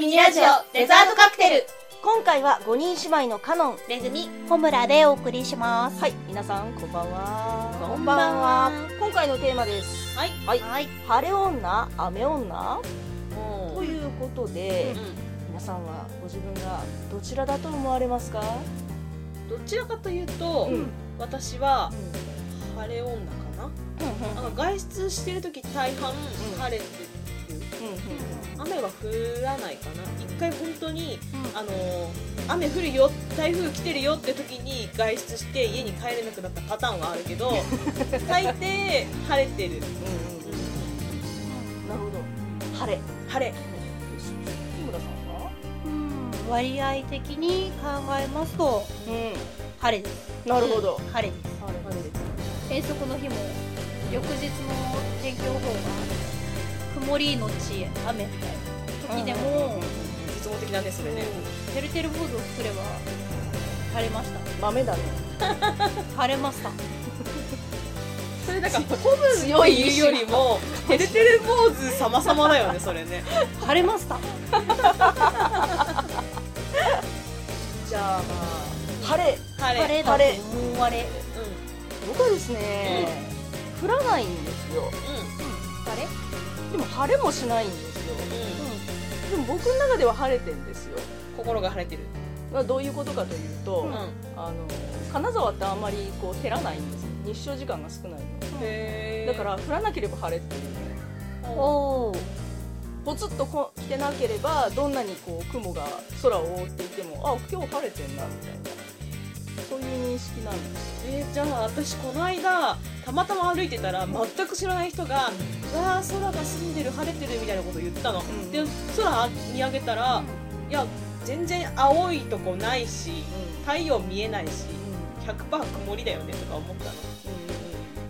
ミニラジオデザートカクテル今回は5人姉妹のカノンめぐみホムラでお送りします。はい皆さんこんばんはこんばんは今回のテーマですはいはいはい。晴れ女雨女もということでう、皆さんはご自分がどちらだと思われますか、ん、どちらかというと、うん私は晴れ女かななんか外出してる時大半晴れてる、雨は降らないかな一回本当に、うんあのー雨降るよ台風来てるよって時に外出して家に帰れなくなったパターンはある けど大抵晴れてる、なるほど晴れ晴れ日村さんはうん割合的に考えますとう晴れです。んなるほど、晴れです。晴れ晴れ遠足の日も翌日の天気予報が曇りのち雨みたいな時でも、絶望的だねそれね、てるてる坊主を作れば晴れました。豆だね晴れました。それだから古文強い言うよりもてるてる坊主様々だよねそれね晴れました。 じゃあま晴れあ晴れ晴れだと思われ。僕はですね、降らないんですよ晴れ？でも晴れもしないんですようん、うんうんでも僕の中では晴れてんですよ、心が晴れてる、まあ、どういうことかというと、うんあの金沢ってあんまりこう減らないんですよ日照時間が少ないのへだから降らなければ晴れっていうおおお。ポツッとこ来てなければどんなにこう雲が空を覆っていてもあ今日晴れてんなみたいなそういう認識なんですえーじゃあ私この間たまたま歩いてたら全く知らない人が「うわー空が澄んでる晴れてる」みたいなこと言ったの、んで空見上げたら、いや全然青いとこないし太陽見えないし100%曇りだよねとか思ったの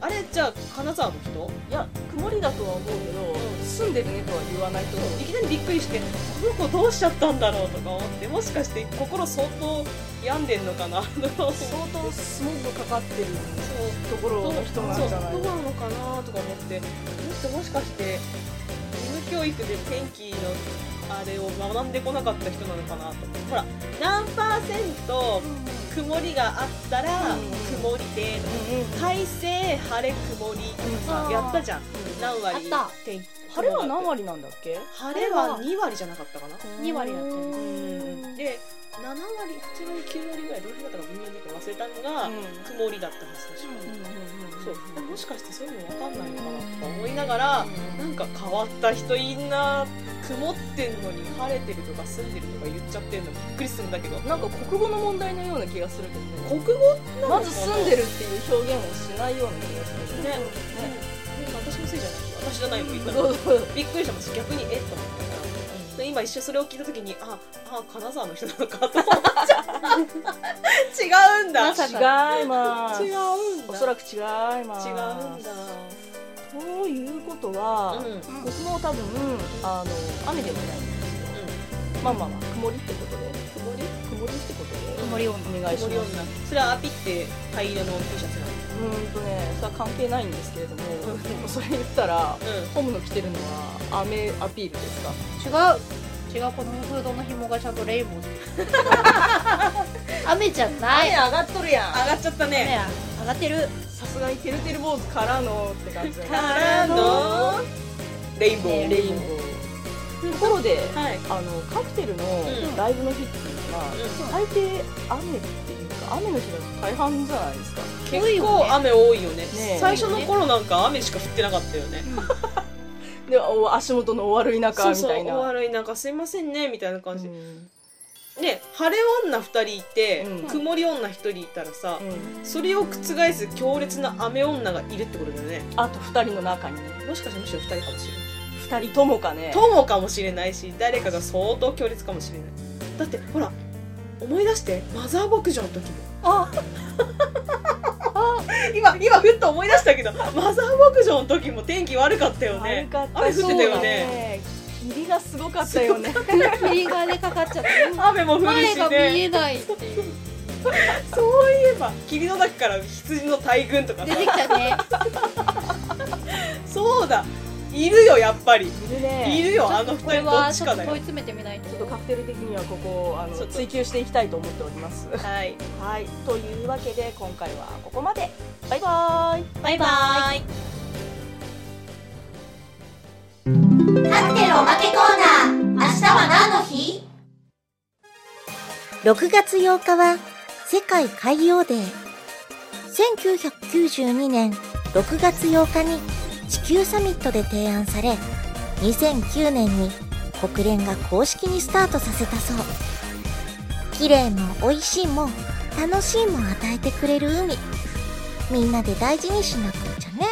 あれじゃあ金沢の人いや曇りだとは思うけど、うん住んでるねとは言わないと思ういきなりびっくりしてこの子どうしちゃったんだろうとか思ってもしかして心相当病んでんのかなそう相当スモークかかってるそうところの人なんじゃないそうのどうなのかなとか思ってもしもしかして義務教育で天気のあれを学んでこなかった人なのかなと思ってほら何パーセント曇りがあったらうん曇りでうんうん快晴晴れ曇りとかうさんやったじゃん何割あっ天気晴れは何割なんだっけ晴れは2割じゃなかったかな二割だったようねんで7割8割9割ぐらいどれだったか微妙に忘れたのが曇りだったはず確かにそうえもしかしてそういうの分かんないのかなとか思いながらなんか変わった人いんな曇ってんのに晴れてるとか住んでるとか言っちゃってるのびっくりするんだけどなんか国語の問題のような気がするけどね国語まず住んでるるっていう表現をしないような気がするねねうん私のせいじゃない私じゃないもん言った そのうそうびっくりしたもん逆にえっと思ったからで今一瞬それを聞いた時にああ金沢の人なのかと思っ ちゃう違うんだまさか違います違うんだおそらく違います違うんだということは、うん僕も多分あの雨でもないんですよ、まあまあまあ曇りってことで曇り曇りってことで曇り女お願いし曇りま女すそれはアピって灰色の T シャツなのうーんとねそれは関係ないんですけれども、うそれ言ったらうんホームの着てるのは雨アピールですか違う違うこのフードの紐がちゃんとレインボ ー雨じゃない上がっとるや上がっちゃったねね上がって るさすがにてるてる坊主からのって感じだねからのレインボねー、レインボーところではいあのカクテルのうんライブの日っていうのは、大抵雨っていうか雨の日が大半じゃないですか多い結よね構雨多いよねね最初の頃なんか雨しか降ってなかったよねでお足元のお悪い中そうみそうたいなお笑いなんかすいませんねみたいな感じ、うんね晴れ女2人いて、うん曇り女1人いたらさ、うんそれを覆す強烈な雨女がいるってことだよねあと2人の中にもしかしてむしろ2人かもしれない2人ともかね友かもしれないし誰かが相当強烈かもしれないだってほら思い出してマザー牧場の時もあ 今今ふっと思い出したけどマザー牧場の時も天気悪かったよね悪かった雨降ってたそようだね霧がすごかった よね霧がねかかっちゃって雨も降る前しが見ねえないっていうそういえば霧の中から羊の大群とか出てきたねそうだいるよやっぱりいるねいるよあちょのっと二これ人どはっちちょっかとだ問いよ詰めてみないとちょっとカクテル的にはここをあのちょっと追求していきたいと思っております。はいはい、というわけで今回はここまでバイバーイバイバーイカクテルおまけコーナー明日は何の日6月8日は世界海洋デー。1992年6月8日に地球サミットで提案され、2009年に国連が公式にスタートさせたそう。綺麗も美味しいも楽しいも与えてくれる海。みんなで大事にしなくっちゃね。